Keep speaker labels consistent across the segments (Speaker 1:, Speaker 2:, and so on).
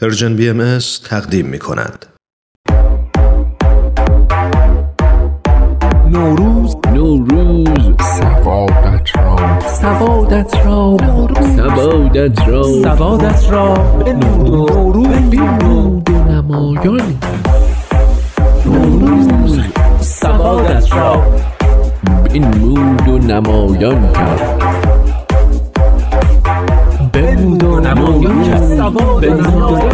Speaker 1: پرژن بی ام از تقدیم می کند.
Speaker 2: نوروز
Speaker 3: نوروز
Speaker 2: سوادت را سوادت را نوروز
Speaker 3: سوادت را
Speaker 2: سوادت را به نور نوروز
Speaker 3: نمود نمایان
Speaker 2: نوروز سوادت را
Speaker 3: این مود و نمایان کرد
Speaker 2: بنمود و نمایان کرد سوادت را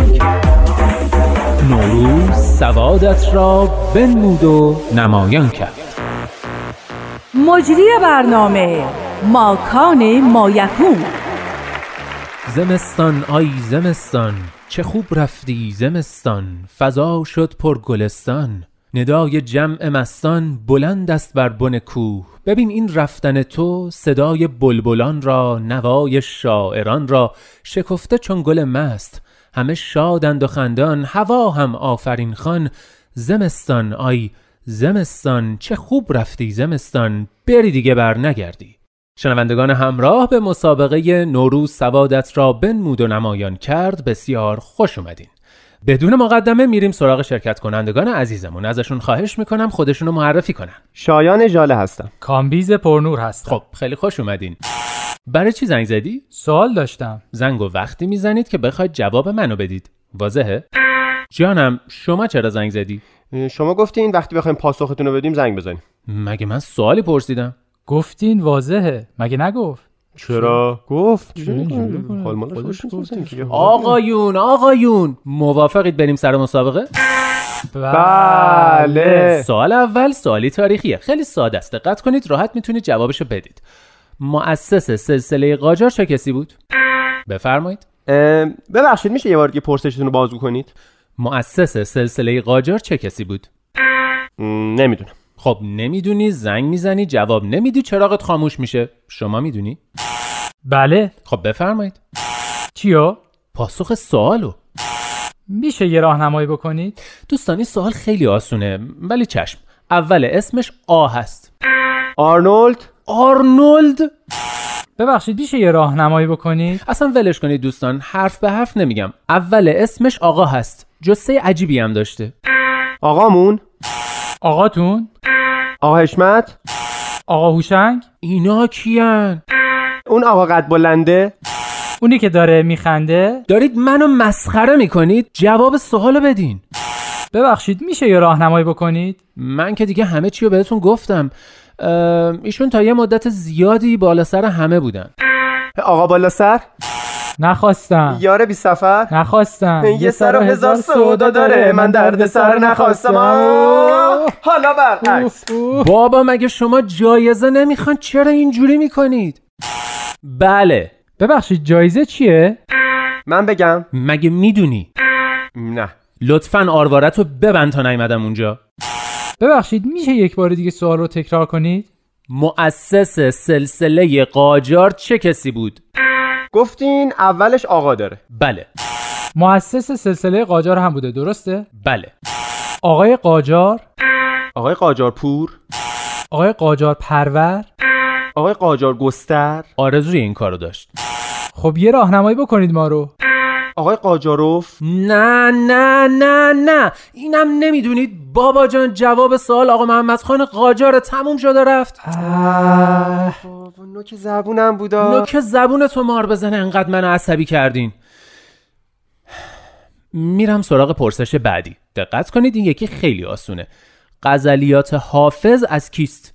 Speaker 2: نوروز سوادت را بنمود و نمایان کرد
Speaker 4: مجری برنامه ماکان مایکون
Speaker 5: زمستان آی زمستان چه خوب رفتی زمستان فضا شد پر گلستان ندای جمع مستان بلند است بر بن کوه ببین این رفتن تو صدای بلبلان را نوای شاعران را شکفته چون گل مست همه شادند و خندان هوا هم آفرین خان زمستان آی زمستان چه خوب رفتی زمستان بری دیگه بر نگردی شنوندگان همراه به مسابقه نوروز سوادت را بنمود و نمایان کرد بسیار خوش اومدین بدون مقدمه میریم سراغ شرکت کنندگان عزیزمون ازشون خواهش میکنم خودشون رو معرفی کنن
Speaker 6: شایان ژاله هستم
Speaker 7: کامبیز پرنور هستم
Speaker 5: خب خیلی خوش اومدین برای چی زنگ زدی
Speaker 7: سوال داشتم
Speaker 5: زنگ و وقتی میزنید که بخواید جواب منو بدید واضحه جانم شما چرا زنگ زدی
Speaker 6: شما گفتین وقتی بخوایم پاسختون رو بدیم زنگ بزنیم
Speaker 5: مگه من سوالی پرسیدم
Speaker 7: گفتین واضحه مگه نگفت
Speaker 6: چرا گفت
Speaker 5: آقایون آقایون موافقید بریم سر مسابقه
Speaker 6: بله
Speaker 5: سوال اول سوالی تاریخیه خیلی ساده است دقت کنید راحت میتونید جوابشو بدید مؤسس سلسله قاجار چه کسی بود بفرمایید
Speaker 6: اه، ببخشید میشه یه بار دیگه پرسشتون رو بازگو کنید
Speaker 5: مؤسس سلسله قاجار چه کسی بود
Speaker 6: م، نمیدونم
Speaker 5: خب نمیدونی زنگ میزنی جواب نمیدی چراغت خاموش میشه شما میدونی
Speaker 7: بله
Speaker 5: خب بفرمایید
Speaker 7: چیو
Speaker 5: پاسخ سوالو
Speaker 7: میشه یه راهنمایی بکنید
Speaker 5: دوستان این سوال خیلی آسونه ولی چشم اول اسمش آ هست
Speaker 6: آرنولد
Speaker 5: آرنولد
Speaker 7: ببخشید میشه یه راهنمایی بکنید
Speaker 5: اصلا ولش کنید دوستان حرف به حرف نمیگم اول اسمش آقا هست جسه عجیبی هم داشته
Speaker 6: آقامون
Speaker 7: آقاتون
Speaker 6: آقا حشمت
Speaker 7: آقا هوشنگ
Speaker 5: اینا کیان
Speaker 6: اون آقا قد بلنده
Speaker 7: اونی که داره میخنده
Speaker 5: دارید منو مسخره میکنید جواب سوالو بدین
Speaker 7: ببخشید میشه یه راهنمایی بکنید
Speaker 5: من که دیگه همه چی رو بهتون گفتم اه، ایشون تا یه مدت زیادی بالا سر همه بودن
Speaker 6: آقا بالا سر
Speaker 7: نخواستم
Speaker 6: یار بی سفر
Speaker 7: نخواستم
Speaker 6: یه سر و هزار سودا داره من درد سر نخواستم آه،
Speaker 7: اوه،
Speaker 6: حالا برعکس
Speaker 7: اوه.
Speaker 5: بابا مگه شما جایزه نمیخوان چرا اینجوری میکنید بله
Speaker 7: ببخشید جایزه چیه
Speaker 6: من بگم
Speaker 5: مگه میدونی
Speaker 6: نه
Speaker 5: لطفا آروارت رو ببند تا نیومدم اونجا
Speaker 7: ببخشید میشه یک بار دیگه سوال رو تکرار کنید
Speaker 5: مؤسس سلسله قاجار چه کسی بود
Speaker 6: گفتین اولش آقا داره
Speaker 5: بله
Speaker 7: مؤسس سلسله قاجار هم بوده درسته
Speaker 5: بله
Speaker 7: آقای قاجار
Speaker 6: آقای قاجارپور
Speaker 7: آقای قاجار پرور
Speaker 6: آقای قاجار گستر
Speaker 5: آرزوی این کارو داشت
Speaker 7: خب یه راهنمایی بکنید ما رو
Speaker 6: آقای قاجاروف
Speaker 5: نه نه نه نه اینم نمیدونید بابا جان جواب سوال آقا محمد خان قاجار تموم شده رفت
Speaker 6: بابا نوک زبونم بودا
Speaker 5: نوک زبون تو مار بزنه انقدر منو عصبی کردین میرم سراغ پرسش بعدی دقت کنید این یکی خیلی آسونه غزلیات حافظ از کیست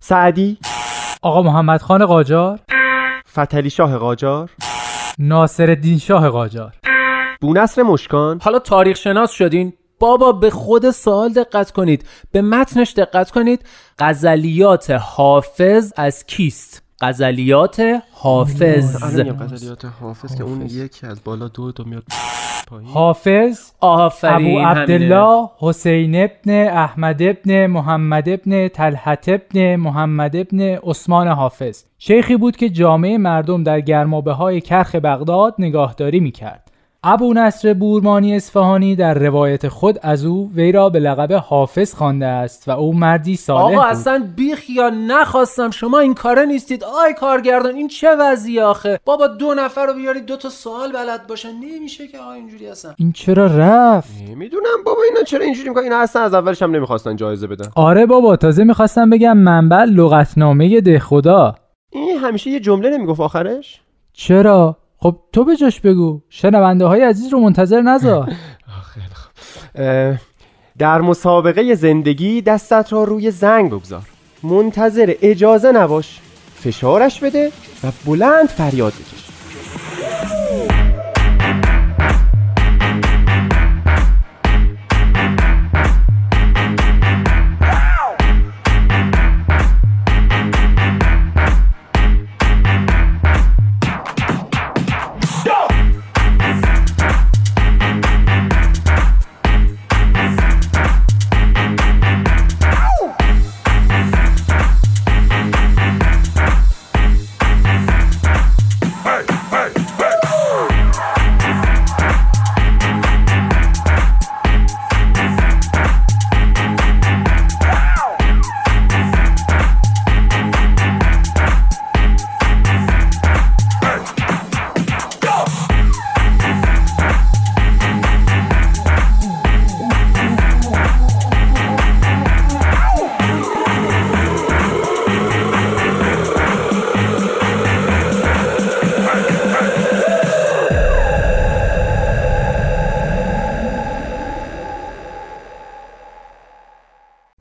Speaker 6: سعدی
Speaker 7: آقا محمد خان قاجار
Speaker 6: فتلی شاه قاجار
Speaker 7: ناصر الدین شاه قاجار
Speaker 6: بونصر مشکان
Speaker 5: حالا تاریخ شناس شدین بابا به خود سوال دقت کنید به متنش دقت کنید غزلیات حافظ از کیست غزلیات حافظ
Speaker 6: غزلیات آره، حافظ که اون یکی از بالا دو تا میاد
Speaker 7: حافظ
Speaker 5: آفرین
Speaker 7: ابو عبدالله حسین ابن احمد ابن محمد ابن تلحت ابن محمد ابن عثمان حافظ شیخی بود که جامعه مردم در گرمابه های کرخ بغداد نگاهداری میکرد ابو نصر بورمانی اصفهانی در روایت خود از او وی را به لقب حافظ خوانده است و او مردی صالح
Speaker 5: آقا
Speaker 7: بود.
Speaker 5: اصلا بیخ یا نخواستم شما این کاره نیستید آی کارگردان این چه وضعی آخه بابا دو نفر رو بیارید دو تا سوال بلد باشن نمیشه که آقا اینجوری هستن
Speaker 7: این چرا رفت
Speaker 6: میدونم بابا اینا چرا اینجوری میکنن اینا اصلا از اولش هم نمیخواستن جایزه بدن
Speaker 7: آره بابا تازه میخواستم بگم منبع لغتنامه ده خدا
Speaker 6: این همیشه یه جمله نمیگفت آخرش
Speaker 7: چرا خب تو به جاش بگو شنونده های عزیز رو منتظر نذار
Speaker 6: اه، در مسابقه زندگی دستت را روی زنگ بگذار منتظر اجازه نباش فشارش بده و بلند فریاد بکش